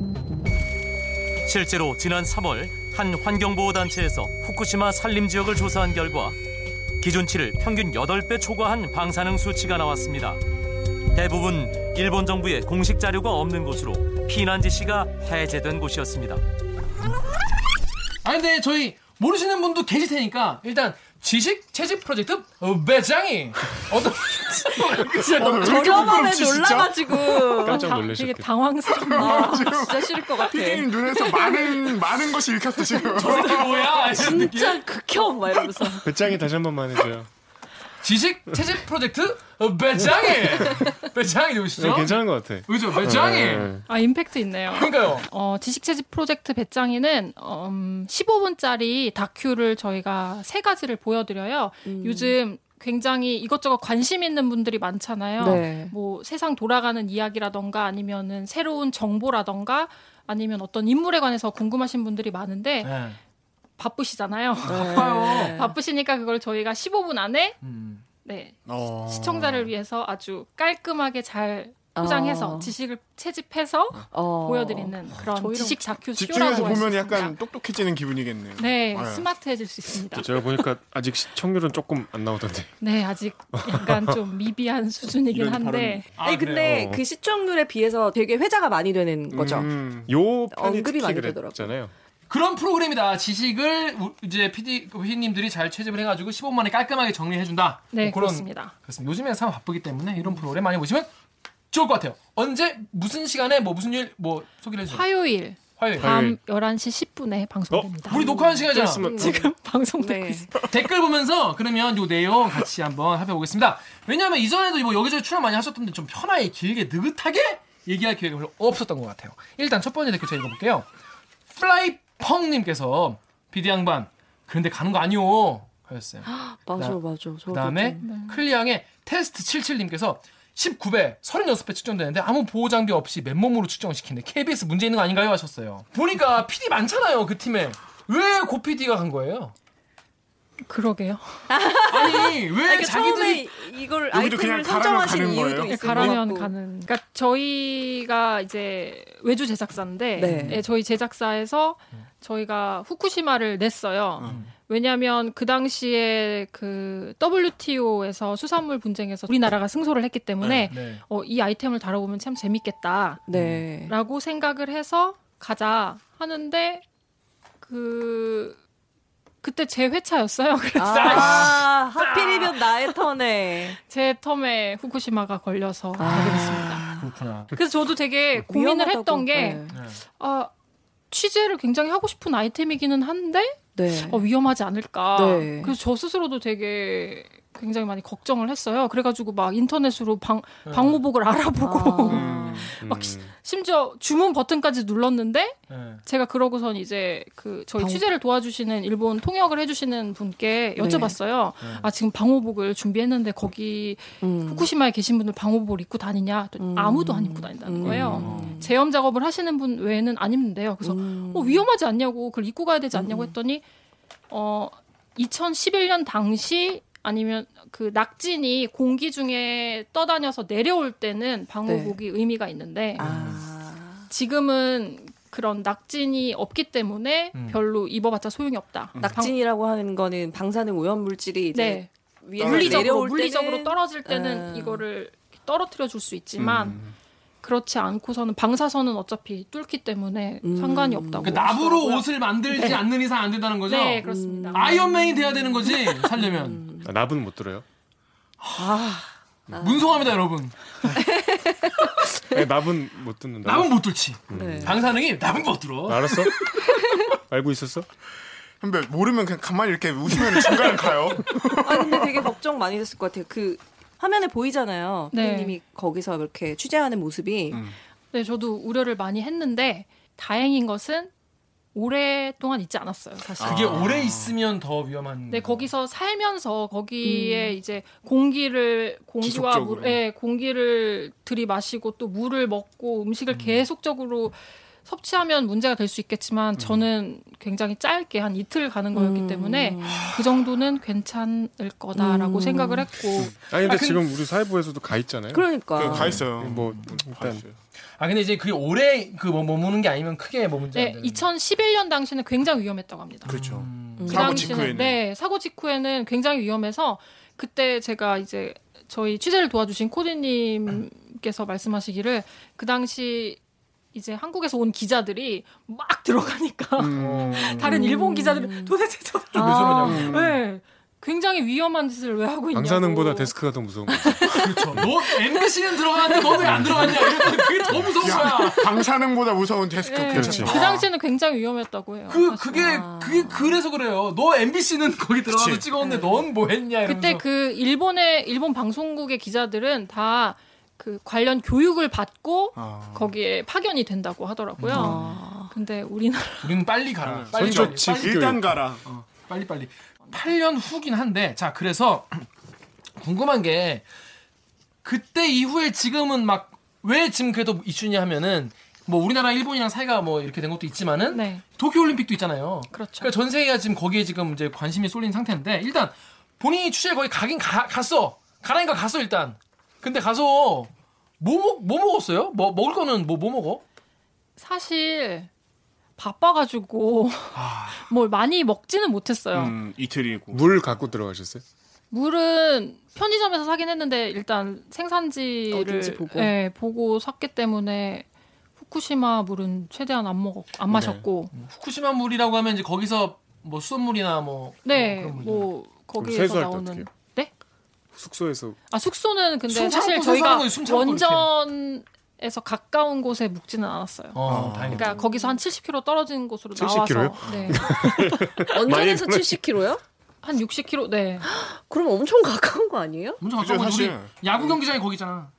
Speaker 6: 실제로 지난 3월 한 환경보호단체에서 후쿠시마 산림 지역을 조사한 결과 기준치를 평균 8배 초과한 방사능 수치가 나왔습니다. 대부분 일본 정부의 공식 자료가 없는 곳으로 피난지 씨가 해제된 곳이었습니다.
Speaker 1: 아 근데 저희 모르시는 분도 계실 테니까 일단 지식 채집 프로젝트 어, 배짱이 어떤
Speaker 3: 저렴함에
Speaker 2: 부끄럽지, 진짜?
Speaker 3: 놀라가지고
Speaker 4: 깜짝
Speaker 5: 당-
Speaker 4: 놀라셨겠다.
Speaker 5: 아, 되게 당황스럽네요.
Speaker 3: 진짜 싫을 것 같아.
Speaker 2: 피디님 눈에서 많은 많은 것이 읽혔어 지금.
Speaker 1: 이게 뭐야 이런 느낌
Speaker 3: 진짜 극혐 막 이러면서
Speaker 4: 배짱이 다시 한 번만 해줘요.
Speaker 1: 지식 채집 프로젝트 어, 배짱이 배짱이
Speaker 4: 네,
Speaker 1: 누구시죠?
Speaker 4: 괜찮은 것 같아.
Speaker 1: 그죠
Speaker 4: 네.
Speaker 1: 배짱이
Speaker 5: 아 임팩트 있네요.
Speaker 1: 그러니까요
Speaker 5: 어, 지식채집 프로젝트 배짱이는 음, 15분짜리 다큐를 저희가 세 가지를 보여드려요.
Speaker 3: 음.
Speaker 5: 요즘 굉장히 이것저것 관심 있는 분들이 많잖아요.
Speaker 3: 네.
Speaker 5: 뭐 세상 돌아가는 이야기라던가 아니면은 새로운 정보라던가 아니면 어떤 인물에 관해서 궁금하신 분들이
Speaker 3: 아,
Speaker 5: 많은데
Speaker 1: 네.
Speaker 5: 바쁘시잖아요.
Speaker 3: 네.
Speaker 1: 아파요.
Speaker 5: 바쁘시니까 그걸 저희가 15분 안에
Speaker 1: 음.
Speaker 5: 네,
Speaker 2: 어.
Speaker 5: 시청자를 위해서 아주 깔끔하게 잘 포장해서
Speaker 3: 어.
Speaker 5: 지식을 채집해서
Speaker 3: 어.
Speaker 5: 보여드리는 그런
Speaker 3: 저희랑
Speaker 5: 지식 다큐
Speaker 2: 집중해서
Speaker 5: 쇼라고 할수
Speaker 2: 보면
Speaker 5: 있습니다.
Speaker 2: 약간 똑똑해지는 기분이겠네요.
Speaker 5: 네,
Speaker 2: 네.
Speaker 5: 스마트해질 수 있습니다.
Speaker 4: 제가 보니까 아직 시청률은 조금 안 나오던데.
Speaker 5: 네, 아직 약간 좀 미비한 수준이긴
Speaker 2: 이런
Speaker 5: 한데
Speaker 1: 아,
Speaker 3: 아니 근데
Speaker 4: 그래요?
Speaker 3: 그 시청률에 비해서 되게 회자가 많이 되는 거죠.
Speaker 4: 음, 요 편이
Speaker 3: 언급이
Speaker 4: 특히
Speaker 3: 많이
Speaker 4: 그랬잖아요.
Speaker 1: 그런 프로그램이다. 지식을 우- 이제 PD PD님들이 들이잘 채집을 해가지고 15분 만에 깔끔하게 정리해준다.
Speaker 5: 네,
Speaker 1: 뭐 그런-
Speaker 5: 그렇습니다.
Speaker 1: 그렇습니다. 요즘에 사람 바쁘기 때문에 이런 프로그램 많이 보시면 좋을 것 같아요. 언제 무슨 시간에 뭐 무슨 일 뭐 소개를 해주세요.
Speaker 5: 화요일 아,
Speaker 1: 화요일.
Speaker 5: 밤 11시 10분에 방송됩니다.
Speaker 1: 우리 녹화하는 시간이잖아.
Speaker 5: 지금 방송되고
Speaker 3: 네.
Speaker 5: 있어요.
Speaker 1: 댓글 보면서 그러면 요 내용 같이 한번 살펴보겠습니다. 왜냐하면 이전에도 뭐 여기저기 출연 많이 하셨던데 좀 편하게 길게 느긋하게 얘기할 기회가 별로 없었던 것 같아요. 일단 첫 번째 댓글 제가 읽어볼게요. 플라이펑님께서 비디 양반 그런데 가는 거 아니오 하였어요.
Speaker 3: 맞아 네.
Speaker 1: 나-
Speaker 3: 맞아. 저도
Speaker 1: 그다음에
Speaker 3: 좀-
Speaker 1: 클리앙의 테스트 77님께서 19배 36배 측정되는데 아무 보호 장비 없이 맨몸으로 측정시키는데 KBS 문제 있는 거 아닌가요 하셨어요. 보니까 PD 많잖아요 그 팀에 왜 고 PD가 간 거예요?
Speaker 5: 그러게요.
Speaker 1: 아니 왜
Speaker 3: 아니, 그러니까
Speaker 1: 자기들이
Speaker 3: 처음에 이걸
Speaker 2: 여기도
Speaker 3: 아이템을
Speaker 2: 그냥 가라면
Speaker 3: 선정하신
Speaker 2: 가는
Speaker 3: 이유도
Speaker 2: 거예요?
Speaker 3: 있어요.
Speaker 5: 가라면
Speaker 3: 네.
Speaker 5: 가는. 그러니까 저희가 이제 외주 제작사인데
Speaker 3: 네.
Speaker 5: 예, 저희 제작사에서 저희가 후쿠시마를 냈어요.
Speaker 3: 음.
Speaker 5: 왜냐하면 그 당시에 그 WTO에서 수산물 분쟁에서 우리나라가 승소를 했기 때문에
Speaker 1: 네.
Speaker 5: 어, 이 아이템을 다뤄보면 참 재밌겠다.
Speaker 3: 네.
Speaker 5: 라고 생각을 해서 가자 하는데 그 그때 제 회차였어요. 그래서
Speaker 3: 아, 하필이면 나의 턴에.
Speaker 5: 제 텀에 후쿠시마가 걸려서
Speaker 3: 아.
Speaker 5: 가게 됐습니다.
Speaker 1: 그렇구나.
Speaker 5: 그래서 저도 되게 아, 고민을
Speaker 3: 어, 위험하다고. 네.
Speaker 5: 했던 게 아, 취재를 굉장히 하고 싶은 아이템이기는 한데
Speaker 3: 네. 네.
Speaker 5: 어, 위험하지 않을까.
Speaker 3: 네.
Speaker 5: 그래서 저 스스로도 되게 굉장히 많이 걱정을 했어요. 그래가지고 막 인터넷으로 방,
Speaker 3: 네.
Speaker 5: 방호복을
Speaker 2: 음.
Speaker 5: 알아보고
Speaker 3: 아.
Speaker 4: 어,
Speaker 5: 막 시-
Speaker 4: 음.
Speaker 5: 심지어 주문 버튼까지 눌렀는데
Speaker 1: 네.
Speaker 5: 제가 그러고선 이제 그 저희
Speaker 3: 방호-
Speaker 5: 취재를 도와주시는 일본 통역을 해주시는 분께
Speaker 3: 네.
Speaker 5: 여쭤봤어요. 아 지금 방호복을 준비했는데 거기
Speaker 3: 음.
Speaker 5: 후쿠시마에 계신 분들 방호복을 입고 다니냐? 했더니
Speaker 3: 음.
Speaker 5: 아무도 안 입고 다닌다는 거예요.
Speaker 3: 음.
Speaker 5: 제염 작업을 하시는 분 외에는 안 입는데요. 그래서
Speaker 3: 음.
Speaker 5: 어, 위험하지 않냐고 그걸 입고 가야 되지 않냐고 했더니 어 2011년 당시 아니면 그 낙진이 공기 중에 떠다녀서 내려올 때는 방호복이
Speaker 3: 네.
Speaker 5: 의미가 있는데
Speaker 3: 아.
Speaker 5: 지금은 그런 낙진이 없기 때문에
Speaker 1: 음.
Speaker 5: 별로 입어봤자 소용이 없다.
Speaker 2: 음.
Speaker 3: 낙진이라고 하는 거는 방사능 오염 물질이
Speaker 5: 방,
Speaker 3: 이제
Speaker 5: 네
Speaker 3: 위에서
Speaker 5: 물리적으로
Speaker 3: 내려올
Speaker 5: 물리적으로
Speaker 3: 때는
Speaker 5: 떨어질 때는
Speaker 3: 음.
Speaker 5: 이거를 떨어뜨려 줄 수 있지만
Speaker 1: 음.
Speaker 5: 그렇지 않고서는 방사선은 어차피 뚫기 때문에
Speaker 3: 음.
Speaker 5: 상관이 없다고.
Speaker 1: 그러니까 나부로
Speaker 5: 하시더라고요.
Speaker 1: 옷을 만들지
Speaker 5: 네.
Speaker 1: 않는 이상 안 된다는 거죠?
Speaker 5: 네 그렇습니다. 음,
Speaker 1: 아이언맨이 돼야 되는 거지 살려면
Speaker 4: 아, 납은 못 들어요.
Speaker 5: 아.
Speaker 1: 문송합니다 여러분.
Speaker 4: 네, 납은 못 듣는다.
Speaker 1: 남은 못 뚫지.
Speaker 3: 네.
Speaker 1: 방사능이 남은 못 들어.
Speaker 4: 알았어? 알고 있었어?
Speaker 2: 근데 모르면 그냥 가만히 이렇게 웃으면 중간에 가요.
Speaker 3: 아 근데 되게 걱정 많이 됐을 것 같아요. 그 화면에 보이잖아요.
Speaker 5: 네.
Speaker 3: 피디님이 거기서 이렇게 취재하는 모습이
Speaker 2: 음.
Speaker 5: 네 저도 우려를 많이 했는데 다행인 것은 오랫동안 있지 않았어요. 사실.
Speaker 1: 그게 오래 있으면 더 위험한.
Speaker 5: 아. 네, 거기서 살면서 거기에 이제 공기를 공기와
Speaker 2: 지속적으로.
Speaker 5: 물에 공기를 들이마시고 또 물을 먹고 음식을 계속적으로 섭취하면 문제가 될 수 있겠지만 저는 굉장히 짧게 한 이틀 가는 거였기 때문에 그 정도는 괜찮을 거다라고 생각을 했고
Speaker 4: 아니 근데
Speaker 1: 아, 근-
Speaker 4: 지금 우리 사회부에서도 가 있잖아요.
Speaker 3: 그러니까.
Speaker 2: 가 있어요.
Speaker 4: 뭐
Speaker 2: 가
Speaker 4: 일단
Speaker 2: 있어요.
Speaker 1: 아 근데 이제 그게 오래 그 뭐 머무는 게 아니면 크게 뭐 문제 안
Speaker 5: 네,
Speaker 1: 되는.
Speaker 5: 2011년 당시는 굉장히 위험했다고 합니다.
Speaker 2: 그렇죠.
Speaker 1: 음.
Speaker 5: 그
Speaker 2: 사고
Speaker 5: 당시는-
Speaker 2: 직후에는.
Speaker 5: 네, 사고 직후에는 굉장히 위험해서 그때 제가 이제 저희 취재를 도와주신 코디님께서 말씀하시기를 그 당시 이제 한국에서 온 기자들이 막 들어가니까 다른 일본 기자들은 도대체 저
Speaker 1: 왜 저러냐고.
Speaker 5: 네, 굉장히 위험한 짓을 왜 하고 있냐고
Speaker 4: 방사능보다 데스크가 더 무서운 거죠.
Speaker 1: 그렇죠. 너 MBC는 들어갔는데 너는 왜 안 들어갔냐? 이랬더니 그게
Speaker 5: 아.
Speaker 1: 더 무서운 거야.
Speaker 2: 방사능보다 무서운 데스크
Speaker 5: 네,
Speaker 2: 괜찮죠.
Speaker 5: 그 당시에는 굉장히 위험했다고 해요.
Speaker 1: 그
Speaker 5: 사실.
Speaker 1: 그게 그게 그래서 그래요. 너 MBC는 거기 들어가서
Speaker 2: 그치.
Speaker 1: 찍었는데 넌 뭐 했냐 이러면서.
Speaker 5: 그때 그 일본의 일본 방송국의 기자들은 다 그 관련 교육을 받고
Speaker 2: 아.
Speaker 5: 거기에 파견이 된다고 하더라고요. 근데 우리나라
Speaker 1: 우리는 빨리
Speaker 5: 음,
Speaker 1: 가라. 빨리
Speaker 4: 그렇죠.
Speaker 1: 빨리,
Speaker 4: 지금
Speaker 1: 빨리
Speaker 2: 아, 일단 가라.
Speaker 1: 빨리 빨리. 8년 후긴 한데 자 그래서 궁금한 게 그때 이후에 지금은 막 왜 지금 그래도 이슈냐 하면은 뭐 우리나라 일본이랑 사이가 뭐 이렇게 된 것도 있지만은
Speaker 5: 네
Speaker 1: 도쿄 올림픽도 있잖아요.
Speaker 5: 그렇죠.
Speaker 1: 그러니까 전 세계가 지금 거기에 지금 이제 관심이 쏠린 상태인데 일단 본인이 취재 거기 가긴 가, 갔어. 가라니까 갔어 일단. 근데 가서 뭐 먹 뭐 먹었어요? 뭐 먹을 거는 뭐 뭐 먹어?
Speaker 5: 사실 바빠가지고 뭘 많이 먹지는 못했어요.
Speaker 2: 음, 이틀이고.
Speaker 4: 물 갖고 들어가셨어요?
Speaker 5: 물은 편의점에서 사긴 했는데 일단
Speaker 3: 어딘지
Speaker 5: 생산지를
Speaker 3: 보고.
Speaker 5: 예, 보고 샀기 때문에 후쿠시마 물은 최대한 안 먹었 안 마셨고
Speaker 1: 뭐 후쿠시마 물이라고 하면 이제 거기서 뭐 수돗물이나 뭐
Speaker 5: 네
Speaker 1: 그런
Speaker 5: 뭐
Speaker 1: 물이나.
Speaker 4: 그럼
Speaker 5: 거기에서
Speaker 4: 세수할 때
Speaker 5: 나오는
Speaker 4: 어떡해요?
Speaker 5: 네?
Speaker 4: 숙소에서
Speaker 5: 아 숙소는 근데
Speaker 1: 숨 참고
Speaker 5: 사실
Speaker 1: 세수하는
Speaker 5: 저희가
Speaker 1: 거예요, 숨 참고
Speaker 5: 원전에서 가까운 곳에 묵지는 않았어요.
Speaker 1: 어, 다행이다.
Speaker 5: 그러니까 거기서 한 70km 떨어진 곳으로
Speaker 4: 70km 요?
Speaker 5: 70km? 나와서 네.
Speaker 3: 원전에서 70km요?
Speaker 5: 한 60km 네.
Speaker 3: 그럼 엄청 가까운 거 아니에요?
Speaker 1: 먼저
Speaker 2: 그죠,
Speaker 1: 갔던 건 우리
Speaker 2: 사실. 음.
Speaker 1: 야구 경기장이 거기잖아.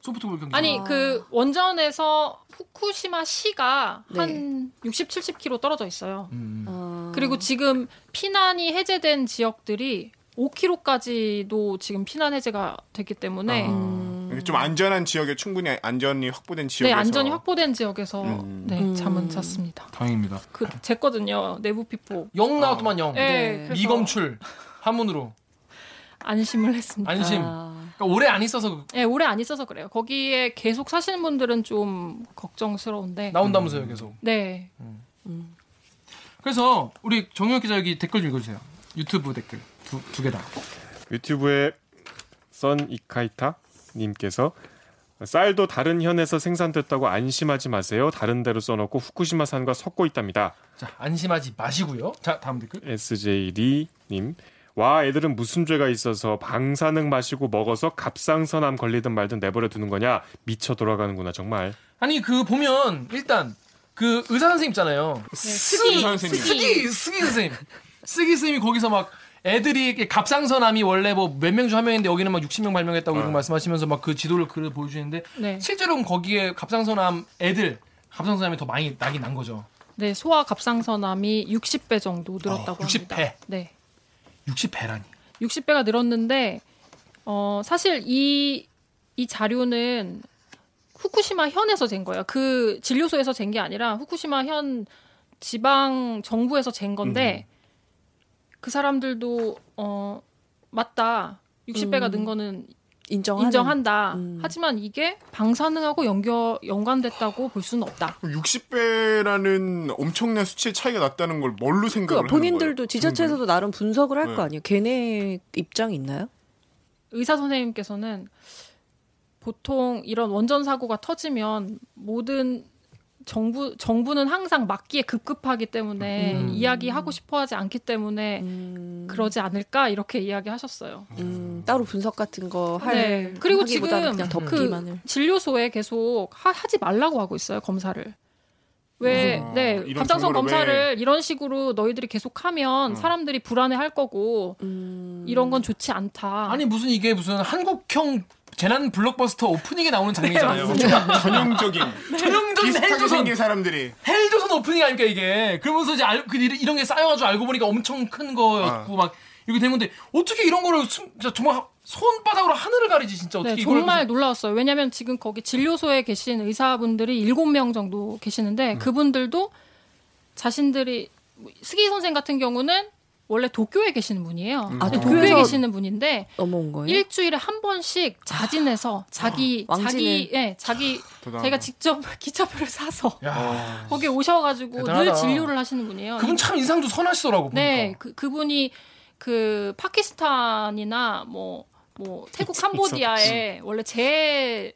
Speaker 1: 소프트볼 경기장.
Speaker 5: 아니 그 원전에서 후쿠시마 시가
Speaker 3: 네.
Speaker 5: 한 60, 70km 떨어져 있어요.
Speaker 1: 음.
Speaker 3: 아.
Speaker 5: 그리고 지금 피난이 해제된 지역들이 5km까지도 지금 피난 해제가 됐기 때문에
Speaker 2: 아,
Speaker 5: 음.
Speaker 2: 좀 안전한 지역에 충분히 안전이 확보된
Speaker 5: 네
Speaker 2: 지역에서.
Speaker 5: 안전이 확보된 지역에서
Speaker 2: 음.
Speaker 5: 네, 잠은 잤습니다.
Speaker 1: 다행입니다.
Speaker 5: 그 jes거든요 내부 피폭.
Speaker 1: 영 나왔더만 영.
Speaker 3: 네.
Speaker 5: 네, 그래서
Speaker 1: 미검출 한문으로
Speaker 5: 안심을 했습니다.
Speaker 1: 안심.
Speaker 3: 아.
Speaker 1: 그러니까 오래 안 있어서
Speaker 5: 예, 오래 안 있어서 그래요. 거기에 계속 사시는 분들은 좀 걱정스러운데.
Speaker 1: 나온다면서요 계속.
Speaker 5: 네.
Speaker 1: 음. 그래서 우리 정유혁 기자 여기 댓글 좀 읽어주세요. 유튜브 댓글 두 두 개다.
Speaker 4: 유튜브에 선 이카이타 님께서 쌀도 다른 현에서 생산됐다고 안심하지 마세요. 다른 데로 써놓고 후쿠시마산과 섞고 있답니다.
Speaker 1: 자 안심하지 마시고요. 자 다음 댓글.
Speaker 4: SJ 리님 와 애들은 무슨 죄가 있어서 방사능 마시고 먹어서 갑상선암 걸리든 말든 내버려 두는 거냐 미쳐 돌아가는구나 정말
Speaker 1: 아니 그 보면 일단 그 의사 선생님 있잖아요.
Speaker 5: 네, 스기,
Speaker 2: 선생님.
Speaker 1: 쓰기 쓰기 선생님. 쓰기 선생님이 거기서 막 애들이 이렇게 갑상선암이 원래 뭐 몇 명 중 한 명인데 여기는 막 60명 발명했다고 이런 거 말씀하시면서 막 그 지도를 글을 보여주는데
Speaker 5: 네.
Speaker 1: 실제로는 거기에 갑상선암 애들 갑상선암이 더 많이 나긴 난 거죠.
Speaker 5: 네, 소아 갑상선암이 60배 정도 늘었다고
Speaker 1: 어, 60배.
Speaker 5: 합니다. 네.
Speaker 1: 60배라니.
Speaker 5: 60배가 늘었는데 어, 사실 이, 이 자료는 후쿠시마 현에서 잰 거예요. 그 진료소에서 잰 게 아니라 후쿠시마 현 지방 정부에서 잰 건데 그 사람들도 어, 맞다. 60배가 는 거는
Speaker 3: 인정하는. 음.
Speaker 5: 인정한다. 하지만 이게 방사능하고 연결 연관됐다고 볼 수는 없다.
Speaker 2: 60배라는 엄청난 수치의 차이가 났다는 걸 뭘로 생각을
Speaker 3: 그러니까
Speaker 2: 하는 거예요?
Speaker 3: 본인들도 지자체에서도 나름 분석을 할
Speaker 2: 네.
Speaker 3: 거 아니에요. 걔네 입장 이 있나요?
Speaker 5: 의사 선생님께서는 보통 이런 원전 사고가 터지면 모든 정부 정부는 항상 막기에 급급하기 때문에
Speaker 3: 음.
Speaker 5: 이야기하고 싶어하지 않기 때문에 그러지 않을까 이렇게 이야기하셨어요.
Speaker 3: 음, 따로 분석 같은 거 할.
Speaker 5: 네. 그리고 지금
Speaker 3: 하기보다는 그냥
Speaker 5: 그
Speaker 3: 덮기만을.
Speaker 5: 진료소에 계속 하, 지 말라고 하고 있어요 검사를. 왜,
Speaker 1: 아,
Speaker 2: 어,
Speaker 5: 네,
Speaker 2: 이런
Speaker 5: 갑상선
Speaker 2: 정보를
Speaker 5: 검사를 이런 식으로 너희들이 계속
Speaker 1: 어.
Speaker 5: 하면 사람들이 불안해 할 거고,
Speaker 3: 음.
Speaker 5: 이런 건 좋지 않다. 네,
Speaker 1: 아니 무슨 이게 무슨 한국형 재난 블록버스터 오프닝에 나오는
Speaker 5: 네,
Speaker 1: 장면이잖아요.
Speaker 2: 전형적인
Speaker 1: 네. 전형적인
Speaker 2: 비슷하게 생긴
Speaker 1: 헬조선
Speaker 2: 사람들이
Speaker 1: 헬조선 오프닝 아닙니까 이게. 그러면서 이제 알, 그 일- 이런 게 쌓여가지고 알고 보니까 엄청 큰 거였고 막 이렇게 된 건데 어떻게 이런 거를 숨, 진짜 정말 손바닥으로 하늘을 가리지 진짜 어떻게
Speaker 5: 네,
Speaker 1: 이걸
Speaker 5: 정말 놀라웠어요. 왜냐하면 지금 거기 진료소에 계신 의사분들이 7명 정도
Speaker 1: 음.
Speaker 5: 계시는데 그분들도 자신들이 뭐 스기 선생 같은 경우는 원래 도쿄에 계시는 분이에요.
Speaker 1: 음.
Speaker 3: 아,
Speaker 5: 근데
Speaker 3: 도쿄에서-
Speaker 5: 도쿄에 계시는 분인데
Speaker 3: 넘어온 거예요? 아,
Speaker 5: 일주일에 한 번씩 자진해서 자기
Speaker 3: 왕진을.
Speaker 5: 자기 예 자기
Speaker 3: 아,
Speaker 2: 대단하다.
Speaker 5: 자기가 직접 기차표를 사서
Speaker 1: 야,
Speaker 5: 거기 오셔가지고
Speaker 1: 대단하다.
Speaker 5: 늘 진료를 하시는 분이에요.
Speaker 1: 그분 참 인상도 선하시더라고 보니까.
Speaker 5: 네, 그, 그분이 그 파키스탄이나 뭐, 뭐 태국 캄보디아에 원래 재,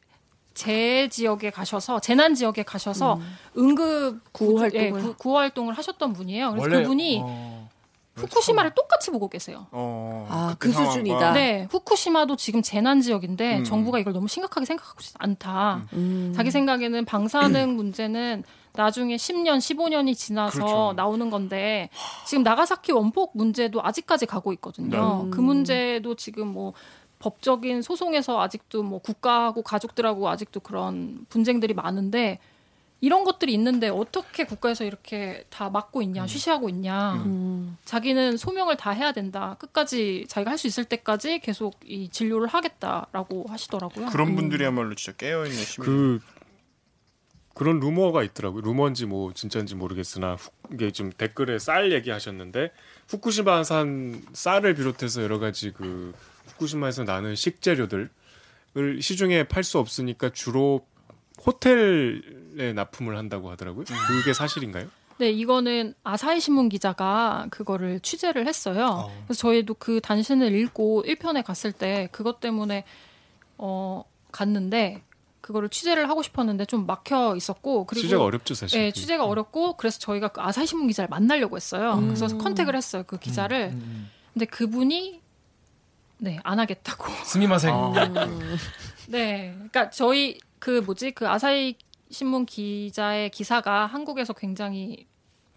Speaker 5: 재 지역에 가셔서 재난 지역에 가셔서 응급
Speaker 3: 음. 구호
Speaker 5: 구-
Speaker 3: 활동을.
Speaker 5: 예, 구, 구호 활동을 하셨던 분이에요. 그래서
Speaker 1: 원래-
Speaker 5: 그분이
Speaker 1: 어.
Speaker 5: 후쿠시마를 똑같이 보고 계세요.
Speaker 2: 어,
Speaker 3: 아,
Speaker 2: 그때
Speaker 3: 그
Speaker 2: 상황과.
Speaker 3: 수준이다. 아.
Speaker 5: 네, 후쿠시마도 지금 재난 지역인데
Speaker 2: 음.
Speaker 5: 정부가 이걸 너무 심각하게 생각하고 있지 않다.
Speaker 3: 음.
Speaker 5: 자기 생각에는 방사능 문제는 나중에 10년, 15년이 지나서
Speaker 2: 그렇죠.
Speaker 5: 나오는 건데 지금 나가사키 원폭 문제도 아직까지 가고 있거든요.
Speaker 3: 네.
Speaker 5: 그 문제도 지금 뭐 법적인 소송에서 아직도 뭐 국가하고 가족들하고 아직도 그런 분쟁들이 많은데 이런 것들이 있는데 어떻게 국가에서 이렇게 다 막고 있냐, 쉬쉬하고 있냐.
Speaker 3: 음.
Speaker 5: 자기는 소명을 다 해야 된다. 끝까지 자기가 할 수 있을 때까지 계속 이 진료를 하겠다라고 하시더라고요.
Speaker 2: 그런 분들이야말로 진짜 깨어있는 시민.
Speaker 4: 그 그런 루머가 있더라고요. 루머인지 뭐 진짜인지 모르겠으나 후- 이게 지금 댓글에 쌀 얘기하셨는데 후쿠시마산 쌀을 비롯해서 여러 가지 그 후쿠시마에서 나는 식재료들을 시중에 팔 수 없으니까 주로 호텔에 납품을 한다고 하더라고요.
Speaker 5: 음.
Speaker 4: 그게 사실인가요?
Speaker 5: 네, 이거는 아사히 신문 기자가 그거를 취재를 했어요. 그래서 저희도 그 단신을 읽고 1편에 갔을 때 그것 때문에 어 갔는데 그거를 취재를 하고 싶었는데 좀 막혀 있었고 그리고
Speaker 4: 취재가 어렵죠, 사실. 음.
Speaker 5: 네, 취재가 어렵고 그래서 저희가 그 아사히 신문 기자를 만나려고 했어요.
Speaker 4: 음.
Speaker 5: 그래서 컨택을 했어요. 그 기자를. 근데 그분이 네, 안 하겠다고.
Speaker 1: 스미마셍.
Speaker 5: 네. 그러니까 저희 그 뭐지? 그 아사히 신문 기자의 기사가 한국에서 굉장히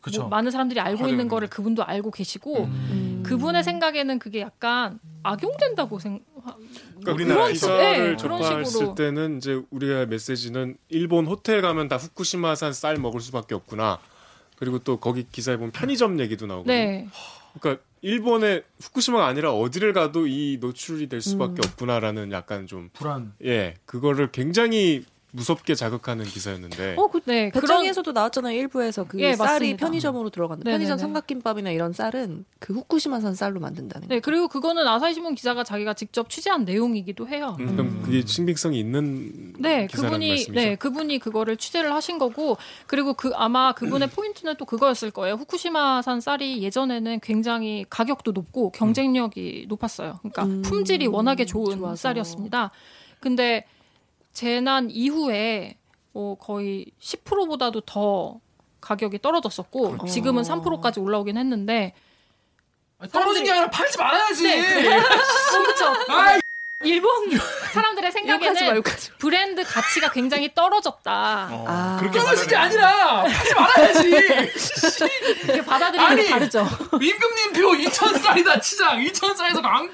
Speaker 1: 그쵸. 음.
Speaker 5: 뭐 많은 사람들이 알고 있는 거를 그분도 알고 계시고
Speaker 3: 음.
Speaker 5: 그분의 생각에는 그게 약간 악용된다고 생각.
Speaker 4: 그러니까
Speaker 2: 우리나라
Speaker 4: 우리나라
Speaker 2: 기사.
Speaker 5: 네,
Speaker 4: 기사를
Speaker 5: 그런
Speaker 4: 접했을
Speaker 5: 식으로.
Speaker 4: 때는 이제 우리의 메시지는 일본 호텔 가면 다 후쿠시마산 쌀 먹을 수밖에 없구나. 그리고 또 거기 기사에 보면 편의점 얘기도 나오고.
Speaker 5: 네.
Speaker 1: 어,
Speaker 4: 그러니까 일본의 후쿠시마가 아니라 어디를 가도 이 노출이 될 수밖에
Speaker 5: 음.
Speaker 4: 없구나라는 약간
Speaker 1: 불안.
Speaker 4: 좀 예 그거를 굉장히 무섭게 자극하는 기사였는데
Speaker 3: 어, 그
Speaker 5: 네. 그런
Speaker 3: 배짱이에서도 나왔잖아요. 일부에서 그
Speaker 5: 예,
Speaker 3: 쌀이
Speaker 5: 맞습니다.
Speaker 3: 편의점으로 들어간다.
Speaker 5: 네네네.
Speaker 3: 편의점 삼각김밥이나 이런 쌀은 그 후쿠시마산 쌀로 만든다는 거.
Speaker 5: 네, 그리고 그거는 아사히 신문 기자가 자기가 직접 취재한 내용이기도 해요.
Speaker 4: 음, 그럼 그게 신빙성이 있는
Speaker 5: 네,
Speaker 4: 음, 기사라는
Speaker 5: 그분이
Speaker 4: 말씀이죠.
Speaker 5: 네, 그분이 그거를 취재를 하신 거고 그리고 그 아마
Speaker 4: 음.
Speaker 5: 그분의 포인트는 또 그거였을 거예요. 후쿠시마산 쌀이 예전에는 굉장히 가격도
Speaker 4: 음.
Speaker 5: 높고 경쟁력이 높았어요. 그러니까
Speaker 3: 음,
Speaker 5: 품질이 워낙에 좋은
Speaker 3: 좋아서.
Speaker 5: 쌀이었습니다. 근데 재난 이후에 어, 거의 10%보다도 더 가격이 떨어졌었고
Speaker 4: 그렇죠.
Speaker 5: 지금은 3%까지 올라오긴 했는데
Speaker 1: 아니, 떨어진 게 아니라 팔지 말아야지.
Speaker 5: 네, 그렇죠.
Speaker 1: 아이,
Speaker 5: 일본 사람들의
Speaker 3: 욕하지
Speaker 5: 생각에는
Speaker 3: 말고까지.
Speaker 5: 브랜드 가치가 굉장히 떨어졌다.
Speaker 2: 어,
Speaker 3: 아.
Speaker 2: 그렇게
Speaker 1: 떨어진 게
Speaker 2: 말하네.
Speaker 1: 아니라 팔지 말아야지.
Speaker 5: 이게 받아들이는
Speaker 1: 아니,
Speaker 5: 게 다르죠.
Speaker 1: 임금님표 2,000쌀이다 치장 2,000쌀에서 방,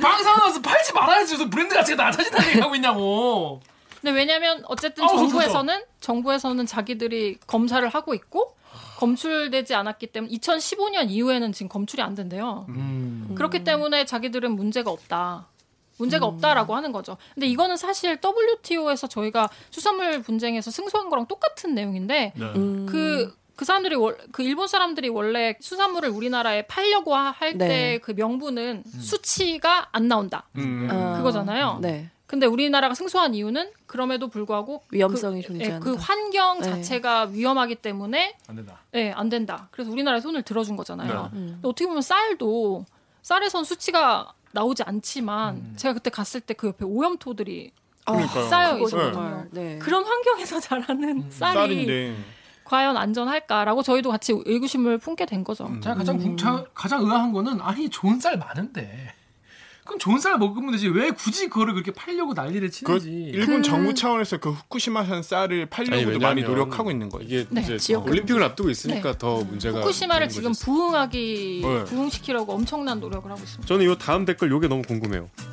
Speaker 1: 방사 나와서 팔지 말아야지 무슨 브랜드 가치가 낮아진다는 얘기하고 있냐고
Speaker 5: 근데 왜냐면 어쨌든
Speaker 1: 아우,
Speaker 5: 정부에서는 정부에서는 자기들이 검사를 하고 있고 검출되지 않았기 때문에 2015년 이후에는 지금 검출이 안 된대요.
Speaker 1: 음.
Speaker 5: 그렇기 때문에 자기들은 문제가 없다. 문제가 없다라고 하는 거죠. 근데 이거는 사실 WTO에서 저희가 수산물 분쟁에서 승소한 거랑 똑같은 내용인데
Speaker 1: 네.
Speaker 5: 그, 그 사람들이 월, 그 일본 사람들이 원래 수산물을 우리나라에 팔려고 할 때
Speaker 3: 네.
Speaker 5: 그 명분은
Speaker 1: 음.
Speaker 5: 수치가 안 나온다.
Speaker 4: 음,
Speaker 3: 아,
Speaker 5: 그거잖아요.
Speaker 3: 네.
Speaker 5: 근데 우리나라가 승소한 이유는 그럼에도 불구하고
Speaker 3: 위험성이
Speaker 5: 그, 예,
Speaker 3: 존재한다.
Speaker 5: 그 환경
Speaker 3: 네.
Speaker 5: 자체가 위험하기 때문에
Speaker 1: 안 된다
Speaker 5: 예, 안 된다. 그래서 우리나라에 손을 들어준 거잖아요.
Speaker 2: 네.
Speaker 3: 음.
Speaker 5: 근데 어떻게 보면 쌀도 쌀에선 수치가 나오지 않지만
Speaker 2: 음.
Speaker 5: 제가 그때 갔을 때 그 옆에 오염토들이
Speaker 2: 그러니까요.
Speaker 5: 쌓여
Speaker 3: 그거
Speaker 5: 있었거든요.
Speaker 3: 정말. 네.
Speaker 5: 그런 환경에서 자라는 쌀이
Speaker 2: 음. 쌀인데
Speaker 5: 과연 안전할까라고 저희도 같이 의구심을 품게 된 거죠.
Speaker 2: 음.
Speaker 1: 제가 가장 궁- 자- 가장 의아한 거는 아니 좋은 쌀 많은데 그럼 좋은 쌀 먹으면 되지 왜 굳이 그거를 그렇게 팔려고 난리를
Speaker 2: 그
Speaker 1: 치는지
Speaker 2: 일본 정부 차원에서 그 후쿠시마산 쌀을
Speaker 4: 음. 아니,
Speaker 2: 팔려고도
Speaker 4: 왜냐면
Speaker 2: 많이 노력하고 있는 거예요.
Speaker 4: 이게
Speaker 5: 네,
Speaker 4: 이제
Speaker 3: 지역
Speaker 4: 올림픽을 앞두고 있으니까 더 문제가
Speaker 5: 후쿠시마를
Speaker 4: 되는
Speaker 5: 지금
Speaker 4: 거죠.
Speaker 5: 부흥하기
Speaker 2: 음. 네.
Speaker 5: 부흥시키려고 엄청난 노력을 하고 있습니다.
Speaker 4: 저는 이 다음 댓글 요게 너무 궁금해요.